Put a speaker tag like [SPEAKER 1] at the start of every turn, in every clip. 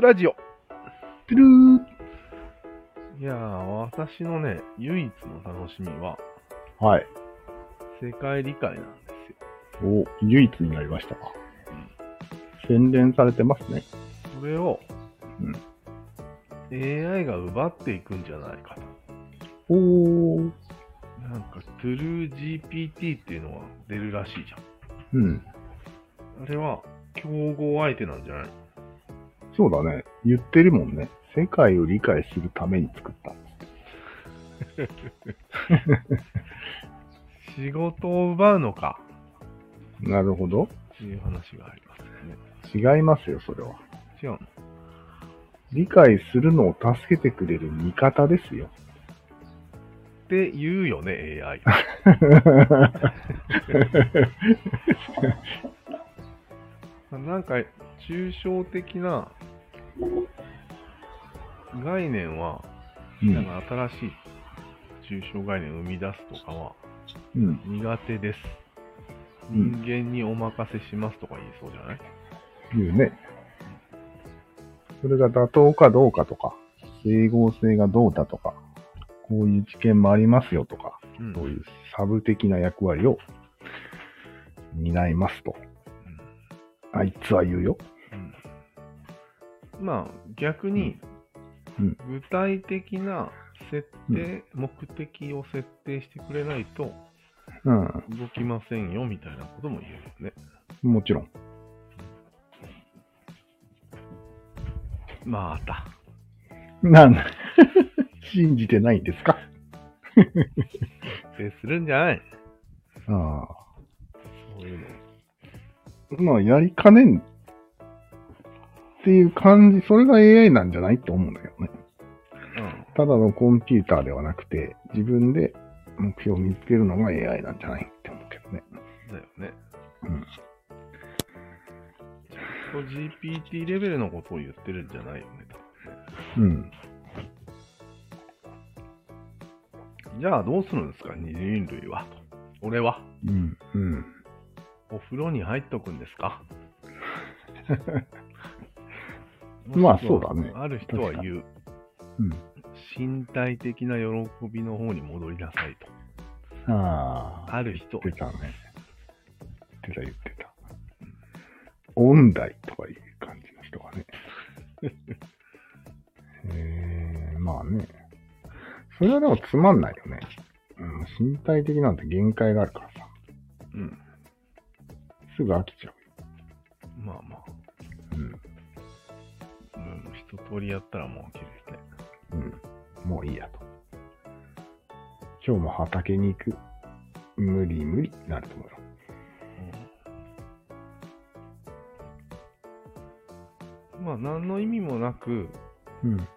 [SPEAKER 1] ラジオ。ピルー。いやー、私のね、唯一の楽しみは、
[SPEAKER 2] はい。
[SPEAKER 1] 世界理解なんですよ。
[SPEAKER 2] お、唯一になりましたか。洗練されてますね。
[SPEAKER 1] それを、、
[SPEAKER 2] うん
[SPEAKER 1] AI が奪っていくんじゃないかと。
[SPEAKER 2] おー。
[SPEAKER 1] なんか、TrueGPT っていうのが出るらしいじゃ
[SPEAKER 2] うん。
[SPEAKER 1] ん。あれは、競合相手なんじゃない
[SPEAKER 2] そうだね。言ってるもんね。世界を理解するために作った。
[SPEAKER 1] 仕事を奪うのか
[SPEAKER 2] なるほど。
[SPEAKER 1] っていう話がありますよね。
[SPEAKER 2] 違いますよ、それは。
[SPEAKER 1] 違うの
[SPEAKER 2] 理解するのを助けてくれる味方ですよ。
[SPEAKER 1] って言うよね、AI。なんか、抽象的な概念は、
[SPEAKER 2] う
[SPEAKER 1] なん
[SPEAKER 2] ん。
[SPEAKER 1] か新しい抽象概念を生み出すとかは
[SPEAKER 2] うん。
[SPEAKER 1] 苦手です。
[SPEAKER 2] うん
[SPEAKER 1] 人間にお任せしますとか言いそうじゃない
[SPEAKER 2] 言うね。それが妥当かどうかとか、整合性がどうだとか、こういう知見もありますよとか、
[SPEAKER 1] うん
[SPEAKER 2] そういうサブ的な役割を担いますと。あいつは言うよ。
[SPEAKER 1] うんまあ、逆に
[SPEAKER 2] うん、
[SPEAKER 1] 具体的な設定、目的を設定してくれないと、
[SPEAKER 2] うん。
[SPEAKER 1] 動きませんよみたいなことも言えるよね。
[SPEAKER 2] もちろん。
[SPEAKER 1] また。
[SPEAKER 2] なん だ信じてないんですか
[SPEAKER 1] 設定するんじゃない
[SPEAKER 2] ああ。
[SPEAKER 1] そういうの。
[SPEAKER 2] まあ、やりかねんっていう感じ、それが AI なんじゃないと思うんだけどね。ただのコンピューターではなくて、自分で目標を見つけるのが AI なんじゃないって思うけどね。
[SPEAKER 1] うん。だよね。
[SPEAKER 2] うん。
[SPEAKER 1] これ GPT レベルのことを言ってるんじゃないよね。
[SPEAKER 2] うん。
[SPEAKER 1] じゃあどうするんですか人類は。俺は。
[SPEAKER 2] うん。うん。
[SPEAKER 1] お風呂に入っとくんですか
[SPEAKER 2] まあそうだね
[SPEAKER 1] ある人は言う。
[SPEAKER 2] うん。
[SPEAKER 1] 身体的な喜びの方に戻りなさいと。
[SPEAKER 2] ああ。
[SPEAKER 1] ある人は
[SPEAKER 2] 言ってたね。言ってた言ってた。音大とかいう感じの人がね。 えー、まあね。それはでもつまんないよね。うん、身体的なんて限界があるからさ。
[SPEAKER 1] 言う。うん。
[SPEAKER 2] すぐ飽きちゃ
[SPEAKER 1] まあまあ。
[SPEAKER 2] う。
[SPEAKER 1] うん、一通りやったらもう飽きるよね。
[SPEAKER 2] うん。うん。もういいやと。今日も畑に行く。無理無理なると思うよ。
[SPEAKER 1] まあ、何の意味もなく、
[SPEAKER 2] うん。
[SPEAKER 1] 1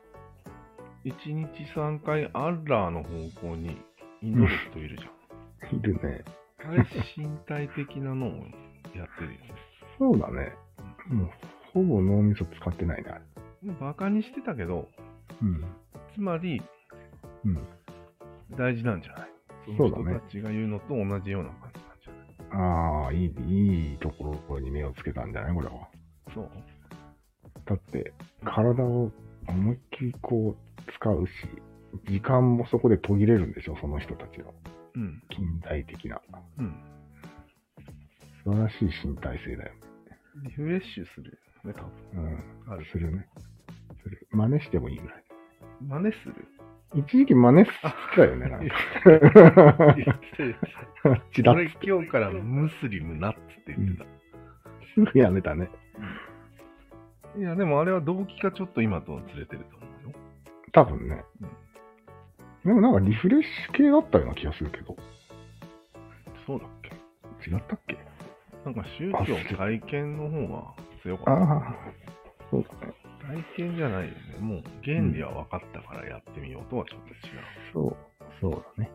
[SPEAKER 1] 日3回アッラーの方向に祈る人いるじ
[SPEAKER 2] いるね。
[SPEAKER 1] ゃん。あれ、身体的なのをやってるよね。
[SPEAKER 2] そうだね。もう、ほぼ脳みそ使ってないな。
[SPEAKER 1] でバカにしてたけど、
[SPEAKER 2] うん。
[SPEAKER 1] つまり
[SPEAKER 2] うん。
[SPEAKER 1] 大事なんじゃない
[SPEAKER 2] そう
[SPEAKER 1] の
[SPEAKER 2] だね
[SPEAKER 1] 人たちが言うのと同じような感じなんじゃない
[SPEAKER 2] ああ、いい、いいところに目をつけたんじゃないこれは。
[SPEAKER 1] そう
[SPEAKER 2] だって、体を思いっきりこう、使うし、時間もそこで途切れるんでしょその人たちの。
[SPEAKER 1] うん。
[SPEAKER 2] 近代的な。
[SPEAKER 1] うん。
[SPEAKER 2] 素晴らしい身体性だよ。
[SPEAKER 1] リフレッシュするよね、多
[SPEAKER 2] うん。
[SPEAKER 1] 分。ある。
[SPEAKER 2] するね。する。真似してもいいぐらい。
[SPEAKER 1] 真似する。
[SPEAKER 2] 一時期真似してたよね、 なん
[SPEAKER 1] 言
[SPEAKER 2] か。
[SPEAKER 1] って
[SPEAKER 2] ちらっ
[SPEAKER 1] 俺今日からムスリムなっつって言ってた。
[SPEAKER 2] すぐやめたね。
[SPEAKER 1] いや、でもあれは動機がちょっと今とずれてると思うよ。
[SPEAKER 2] 多分ね。でもなんかリフレッシュ系だったような気がするけど。
[SPEAKER 1] そうだっけ
[SPEAKER 2] 違ったっけ
[SPEAKER 1] なんか宗教体験の方が強かっ
[SPEAKER 2] ああ、そうだね。
[SPEAKER 1] た。体験じゃないよね。もう原理は分かったからやってみようとはちょっと違う。
[SPEAKER 2] そう、そうだね。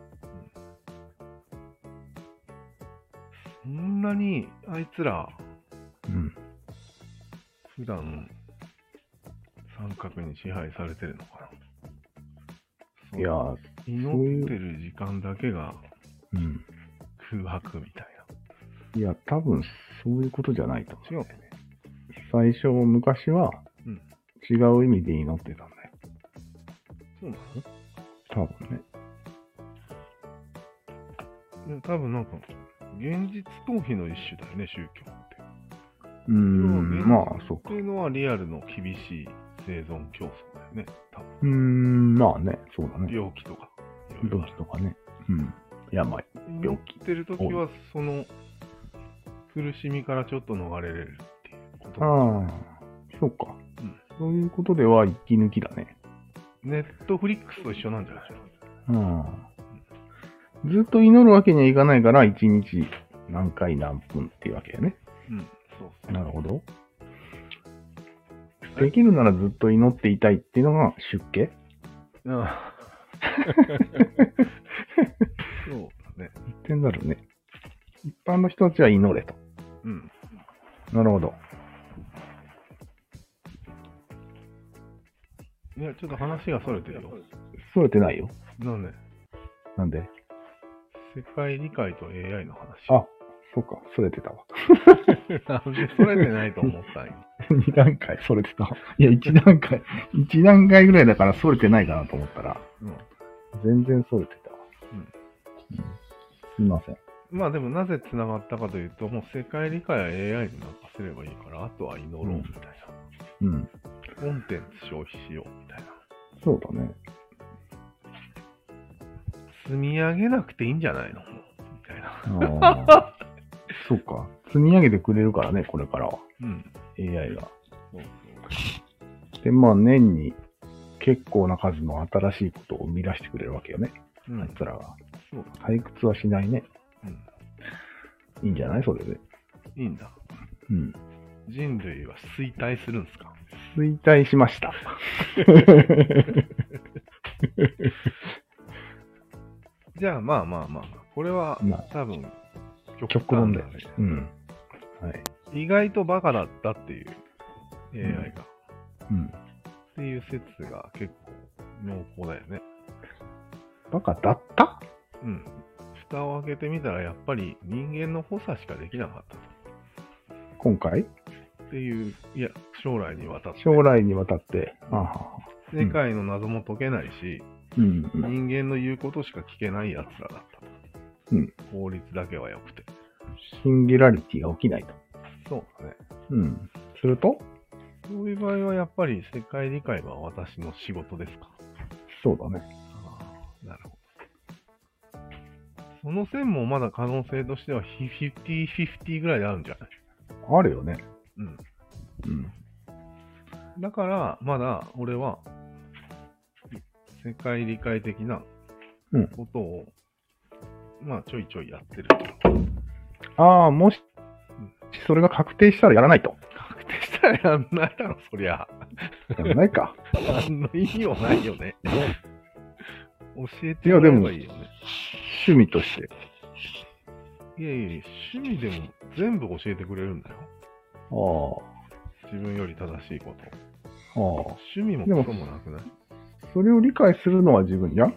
[SPEAKER 1] そんなにあいつら
[SPEAKER 2] うん。
[SPEAKER 1] 普段三角に支配されてるのかな。
[SPEAKER 2] いやー、
[SPEAKER 1] 祈ってる時間だけが
[SPEAKER 2] うん。
[SPEAKER 1] 空白みたい
[SPEAKER 2] いや、多分そういうことじゃないと思
[SPEAKER 1] な。違
[SPEAKER 2] う。
[SPEAKER 1] う。
[SPEAKER 2] 最初、昔は
[SPEAKER 1] うん、
[SPEAKER 2] 違う意味で祈ってたんだよ。
[SPEAKER 1] そうなの
[SPEAKER 2] 多分ね。
[SPEAKER 1] でも多分なんか、現実逃避の一種だよね、宗教って。
[SPEAKER 2] うーん、まあ、そう
[SPEAKER 1] っ
[SPEAKER 2] か。
[SPEAKER 1] ていうのはリアルの厳しい生存競争だよね、多分。
[SPEAKER 2] うーん、まあね、そうだね。
[SPEAKER 1] 病気とか。いろいろ
[SPEAKER 2] 病気とかね。うん。病。
[SPEAKER 1] 祈ってる時は、その、苦しみからちょっと逃れれるっていうこと
[SPEAKER 2] あ
[SPEAKER 1] だ
[SPEAKER 2] あ、そうか。
[SPEAKER 1] うん
[SPEAKER 2] そういうことでは息抜きだね。
[SPEAKER 1] ネットフリックスと一緒なんじゃない
[SPEAKER 2] うん。ずっと祈るわけにはいかないから、一日何回何分っていうわけやね。
[SPEAKER 1] うん、そうそう。
[SPEAKER 2] なるほ
[SPEAKER 1] は
[SPEAKER 2] ど。
[SPEAKER 1] い
[SPEAKER 2] できるならずっと祈っていたいっていうのが出家
[SPEAKER 1] ああそうだね。
[SPEAKER 2] 言ってんだろうね。一般の人たちは祈れと。
[SPEAKER 1] うん。
[SPEAKER 2] なるほど。
[SPEAKER 1] いや、ちょっと話がそれてるよ。
[SPEAKER 2] それてないよ。
[SPEAKER 1] なんで、
[SPEAKER 2] なんで
[SPEAKER 1] 世界理解と AI の話。
[SPEAKER 2] あそうか、それてたわ。
[SPEAKER 1] なんでそれてないと思ったんよ。
[SPEAKER 2] 二段階、それてたわ。いや、一段階、一段階ぐらいだから、それてないかなと思ったら、
[SPEAKER 1] うん
[SPEAKER 2] 全然それてたわ。
[SPEAKER 1] うん
[SPEAKER 2] うん。すいません。
[SPEAKER 1] まあでもなぜ繋がったかというと、もう世界理解は AI に任せればいいから、あとは祈ろうみたい
[SPEAKER 2] うん。
[SPEAKER 1] な。コンテンツ消費しようみたいな。
[SPEAKER 2] そうだ ね。
[SPEAKER 1] 積み上げなくていいんじゃないのもうみたいな。
[SPEAKER 2] あーそうか。積み上げてくれるからね、これからは。
[SPEAKER 1] うん。
[SPEAKER 2] AI が。
[SPEAKER 1] そう
[SPEAKER 2] で、まあ、年に結構な数の新しいことを生み出してくれるわけよね。
[SPEAKER 1] そう。うん
[SPEAKER 2] あいつらが。
[SPEAKER 1] そう
[SPEAKER 2] 退屈はしないね。
[SPEAKER 1] うん。
[SPEAKER 2] いいんじゃないそれで。
[SPEAKER 1] いいんだ。
[SPEAKER 2] うん。
[SPEAKER 1] 人類は衰退するんですか
[SPEAKER 2] 衰退しました。
[SPEAKER 1] じゃあまあまあまあ、これは
[SPEAKER 2] まあ、
[SPEAKER 1] 多分、
[SPEAKER 2] 極論だよ
[SPEAKER 1] ね。
[SPEAKER 2] うん。はい。
[SPEAKER 1] 意外とバカだったっていう、AI が。
[SPEAKER 2] うん。
[SPEAKER 1] っていう説が結構濃厚だよね。
[SPEAKER 2] バカだった
[SPEAKER 1] うん。蓋を開けてみたら、やっぱり人間の補佐しかできなかった
[SPEAKER 2] 今回
[SPEAKER 1] っていう、いや、将来にわたって。
[SPEAKER 2] 将来にわたって。ああ。
[SPEAKER 1] 世界の謎も解けないし、
[SPEAKER 2] うん。う
[SPEAKER 1] 人
[SPEAKER 2] ん
[SPEAKER 1] 間の言うことしか聞けない奴らだったと。
[SPEAKER 2] うん。
[SPEAKER 1] 法律だけは良くて。
[SPEAKER 2] シンギュラリティが起きないと。
[SPEAKER 1] そうだね。
[SPEAKER 2] うん。すると
[SPEAKER 1] そういう場合はやっぱり世界理解は私の仕事ですか。
[SPEAKER 2] そうだね。
[SPEAKER 1] ああ、なるほど。その線もまだ可能性としては50-50ぐらいであるんじゃない
[SPEAKER 2] あるよね。
[SPEAKER 1] うん。
[SPEAKER 2] うん。
[SPEAKER 1] だから、まだ俺は、世界理解的な
[SPEAKER 2] うん
[SPEAKER 1] ことを、まあ、ちょいちょいやってる。
[SPEAKER 2] ああ、もし、それが確定したらやらないと。
[SPEAKER 1] 確定したら やんないだろ、そりゃ。
[SPEAKER 2] やらない か。
[SPEAKER 1] 何の意味もないよね。教えて
[SPEAKER 2] いや
[SPEAKER 1] もら
[SPEAKER 2] で
[SPEAKER 1] え
[SPEAKER 2] も
[SPEAKER 1] ばいいよね。
[SPEAKER 2] 趣味として。
[SPEAKER 1] いやいやいや、趣味でも全部教えてくれるんだよ。
[SPEAKER 2] ああ、
[SPEAKER 1] 自分より正しいこと。
[SPEAKER 2] ああ。
[SPEAKER 1] 趣味もクソもなくない
[SPEAKER 2] それを理解するのは自分じゃん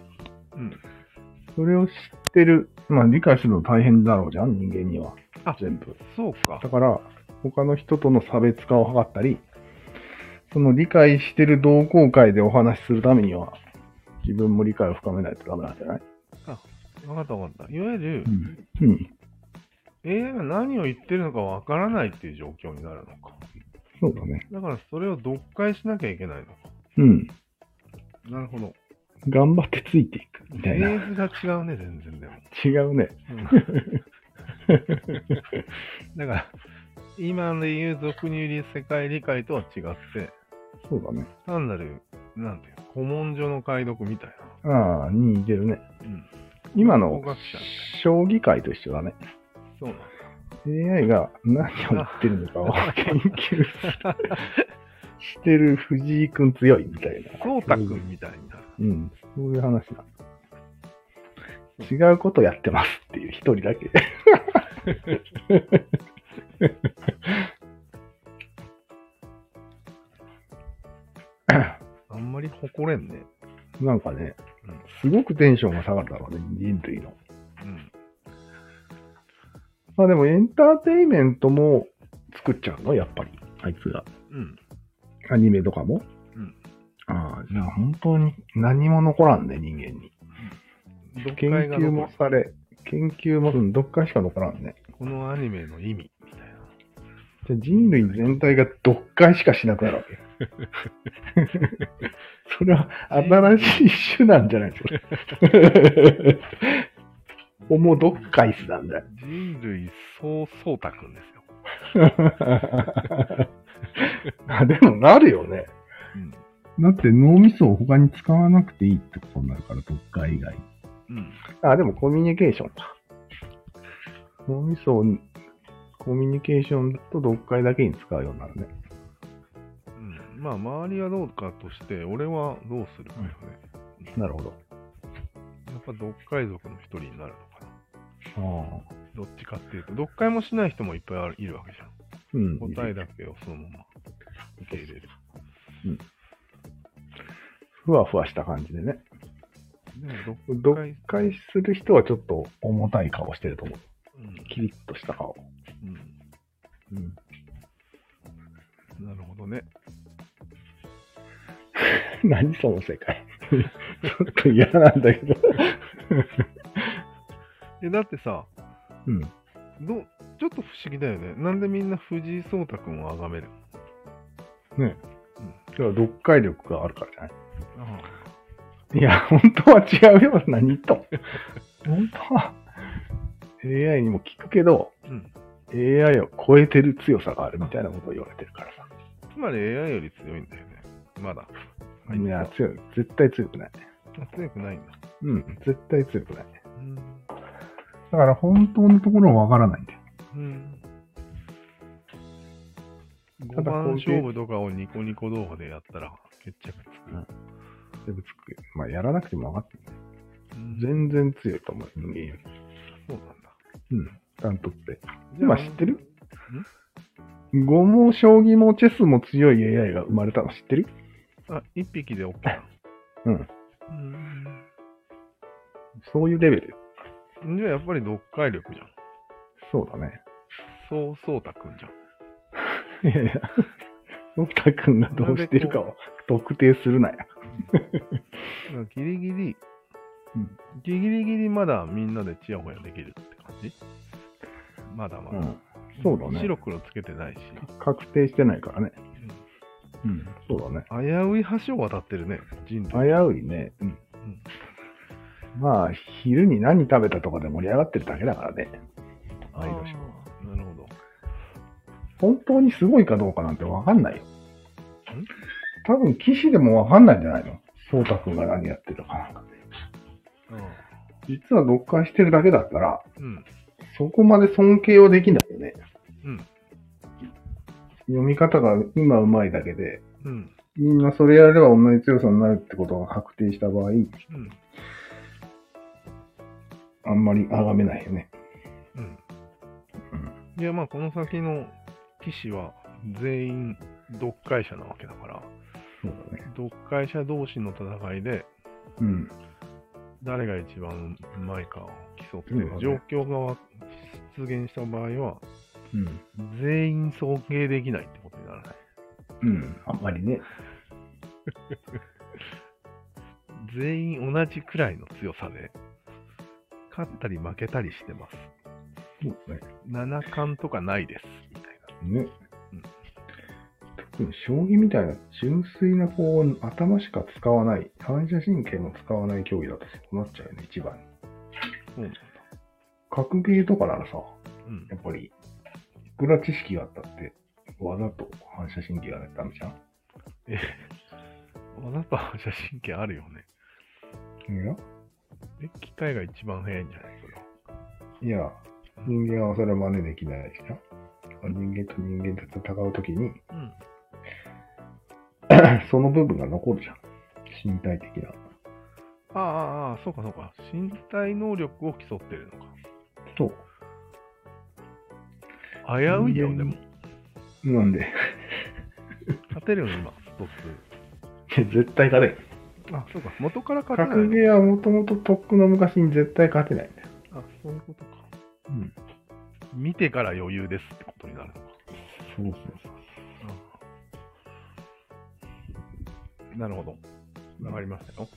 [SPEAKER 1] うん。
[SPEAKER 2] それを知ってる。まあ理解するの大変だろうじゃん人間には。
[SPEAKER 1] あ
[SPEAKER 2] 全部。
[SPEAKER 1] そうか
[SPEAKER 2] だ。から、他の人との差別化を図ったり、その理解してる同好会でお話しするためには、自分も理解を深めないとダメなんじゃない
[SPEAKER 1] わかったわかった。いわゆる、
[SPEAKER 2] ん。うん。
[SPEAKER 1] AI が何を言ってるのかわからないっていう状況になるのか。
[SPEAKER 2] そうだね。
[SPEAKER 1] だからそれを読解しなきゃいけないのか。
[SPEAKER 2] うん。
[SPEAKER 1] なるほど。
[SPEAKER 2] 頑張ってついていく。み
[SPEAKER 1] フ
[SPEAKER 2] たいな。
[SPEAKER 1] ェーズが違うね、全然でも。
[SPEAKER 2] 違うね。
[SPEAKER 1] だから、今で言う俗に言う世界理解とは違って、
[SPEAKER 2] そうだね。
[SPEAKER 1] 単なる、なんていうの、古文書の解読みたい
[SPEAKER 2] ああ、に似てるね。
[SPEAKER 1] な。うん。
[SPEAKER 2] 今の
[SPEAKER 1] 考学者み
[SPEAKER 2] 将棋界と一緒だね。
[SPEAKER 1] そうなの
[SPEAKER 2] AI が何を言ってるのかを 研究してる藤井くん強いみたいな。
[SPEAKER 1] そうたくんみたいになる。
[SPEAKER 2] うん、そういう話だ。違うことやってますっていう一人 だけ。
[SPEAKER 1] あんまり誇れんね。
[SPEAKER 2] なんかね
[SPEAKER 1] うん、
[SPEAKER 2] すごくテンションが下がるだろうね、人類の。
[SPEAKER 1] うん。
[SPEAKER 2] まあでもエンターテインメントも作っちゃうの、やっぱり。あいつが。
[SPEAKER 1] うん。
[SPEAKER 2] アニメとかも。いや、本当に何も残らんね、人間に。
[SPEAKER 1] 読
[SPEAKER 2] 研
[SPEAKER 1] 解が
[SPEAKER 2] 究
[SPEAKER 1] 残
[SPEAKER 2] も
[SPEAKER 1] る
[SPEAKER 2] され、研究も、うん、どっかしか残らんね。
[SPEAKER 1] このアニメの意味みたいな。
[SPEAKER 2] じゃあ人類全体が読解しかしなくなるわけ。 それは新しい種なんじゃないですか。 ホモ読解スなんだよ。
[SPEAKER 1] 人類総総太くんですよ。
[SPEAKER 2] あでもなるよね。
[SPEAKER 3] だって脳みそを他に使わなくていいってことになるから、読解以外。
[SPEAKER 1] うん。うん。
[SPEAKER 2] あ、でもコミュニケーションだ。脳みそをコミュニケーションだと読解だけに使うようになるね。
[SPEAKER 1] うん、まあ、周りはどうかとして、俺はどうするかよね。
[SPEAKER 2] なるほど。
[SPEAKER 1] やっぱ読解族の一人になるのかな。
[SPEAKER 2] ああ。
[SPEAKER 1] どっちかっていうと、読解もしない人もいっぱいあるいるわけじゃん。
[SPEAKER 2] うん。
[SPEAKER 1] 答えだけをそのまま受け入れる。
[SPEAKER 2] ふわふわした感じでね。
[SPEAKER 1] でも読
[SPEAKER 2] 読
[SPEAKER 1] 解、
[SPEAKER 2] 解する人はちょっと重たい顔してると思う。
[SPEAKER 1] うん
[SPEAKER 2] キリッとした顔。
[SPEAKER 1] う
[SPEAKER 2] うん。
[SPEAKER 1] ん、なるほどね。
[SPEAKER 2] 何その世界。 ちょっと嫌なんだけど。
[SPEAKER 1] え、だってさ、
[SPEAKER 2] うん。
[SPEAKER 1] どうちょっと不思議だよね。なんでみんな藤井聡太君を崇める
[SPEAKER 2] だから読解力があるからじゃない
[SPEAKER 1] あ
[SPEAKER 2] いや、本当は違うよ。何と。本当は AI にも聞くけど、
[SPEAKER 1] うん、
[SPEAKER 2] AI を超えてる強さがあるみたいなことを言われてるからさ。
[SPEAKER 1] つまり AI より強いんだよね。まだ。
[SPEAKER 2] いや、強い。絶対強くない。
[SPEAKER 1] 強くないんだ。
[SPEAKER 2] うん。絶対強くない。
[SPEAKER 1] うん。
[SPEAKER 3] だから本当のところはわからないんだよ。
[SPEAKER 1] うん、5
[SPEAKER 2] ただ
[SPEAKER 1] 番勝負とかをニコニコ動画でやったら決着つく。
[SPEAKER 2] でぶつくよまあ、やらなくても分かって
[SPEAKER 1] う
[SPEAKER 2] る。
[SPEAKER 1] ん
[SPEAKER 2] 全然強いと思う。人間より。
[SPEAKER 1] そうなんだ。
[SPEAKER 2] うん。担当って。
[SPEAKER 1] じゃあ
[SPEAKER 2] 今知ってる碁も将棋もチェスも強い AI が生まれたの知ってる
[SPEAKER 1] あ、1匹で OK な
[SPEAKER 2] うん。
[SPEAKER 1] の。
[SPEAKER 2] そういうレベル。
[SPEAKER 1] うん。じゃあやっぱり読解力じゃん。
[SPEAKER 2] そうだね。
[SPEAKER 1] そう、そうたくんじゃん。
[SPEAKER 2] いやいや。のび太くんがどうしてるかを特定するなよ。
[SPEAKER 1] なんかギリギリ、
[SPEAKER 2] うん
[SPEAKER 1] ギリギリまだみんなでチヤホヤできるって感じまだまだ、
[SPEAKER 2] ん。そうだね
[SPEAKER 1] 白黒つけてないし、
[SPEAKER 2] 確定してないからね。うん。そうだね。
[SPEAKER 1] 危うい橋を渡ってるね、人
[SPEAKER 2] 危
[SPEAKER 1] 類。
[SPEAKER 2] ういね。うん。まあ、昼に何食べたとかで盛り上がってるだけだからね。
[SPEAKER 1] あ
[SPEAKER 2] ワイドショー
[SPEAKER 1] ーなるほど。
[SPEAKER 2] 本当にすごいかどうかなんてわかんないよ
[SPEAKER 1] ん。
[SPEAKER 2] 多分、騎士でもわかんないんじゃないの蒼太くんが何やってるかなんかね。実は読解してるだけだったら、
[SPEAKER 1] うん。
[SPEAKER 2] そこまで尊敬をできないよね。
[SPEAKER 1] うん。
[SPEAKER 2] 読み方が今うまいだけで、
[SPEAKER 1] うん。
[SPEAKER 2] みんなそれやれば同じ強さになるってことが確定した場合、
[SPEAKER 1] うん。
[SPEAKER 2] あんまり崇めないよね。
[SPEAKER 1] うん。いや、まあ、この先の騎士は全員読解者なわけだから、
[SPEAKER 2] そうだね。
[SPEAKER 1] 読解者同士の戦いで、
[SPEAKER 2] うん。
[SPEAKER 1] 誰が一番うまいかを競って、
[SPEAKER 2] そうだね
[SPEAKER 1] 状況がわ出現した場合は、
[SPEAKER 2] うん。
[SPEAKER 1] 全員尊敬できないってことにならない。
[SPEAKER 2] うん。あんまりね。
[SPEAKER 1] 全員同じくらいの強さで、勝ったり負けたりしてます。
[SPEAKER 2] そうだね。
[SPEAKER 1] 七冠とかないです。みたい
[SPEAKER 2] ね
[SPEAKER 1] うん。
[SPEAKER 2] 特に将棋みたいな純粋なこう頭しか使わない、反射神経も使わない競技だとそうなっちゃうよね、一番。
[SPEAKER 1] そうなんだ
[SPEAKER 2] 格ゲーとかならさ、
[SPEAKER 1] うん
[SPEAKER 2] や。っぱり、いくら知識があったって、わざと反射神経がダメじゃん
[SPEAKER 1] あなたは写真機あるよね。
[SPEAKER 2] いや、
[SPEAKER 1] え、機械が一番早いんじゃないそれは。
[SPEAKER 2] いや、人間はそれは真似できないしな。人間と人間で戦うときに、
[SPEAKER 1] うん。
[SPEAKER 2] その部分が残るじゃん。身体的な。
[SPEAKER 1] ああああ、そうかそうか。身体能力を競ってるのか。
[SPEAKER 2] そう。
[SPEAKER 1] 危ういよ、でも。
[SPEAKER 2] なんで、
[SPEAKER 1] 勝てるよ、今、ストッ
[SPEAKER 2] 絶対勝てない。
[SPEAKER 1] プ。あ、そうか。元から勝てない
[SPEAKER 2] 格
[SPEAKER 1] の。
[SPEAKER 2] ゲーはもともととっくの昔に絶対勝てないんだよ。
[SPEAKER 1] あ、そういうことか。
[SPEAKER 2] うん。
[SPEAKER 1] 見てから余裕ですってことになるのか。
[SPEAKER 2] そうそうそう。
[SPEAKER 1] なるほど。上がりましたよ。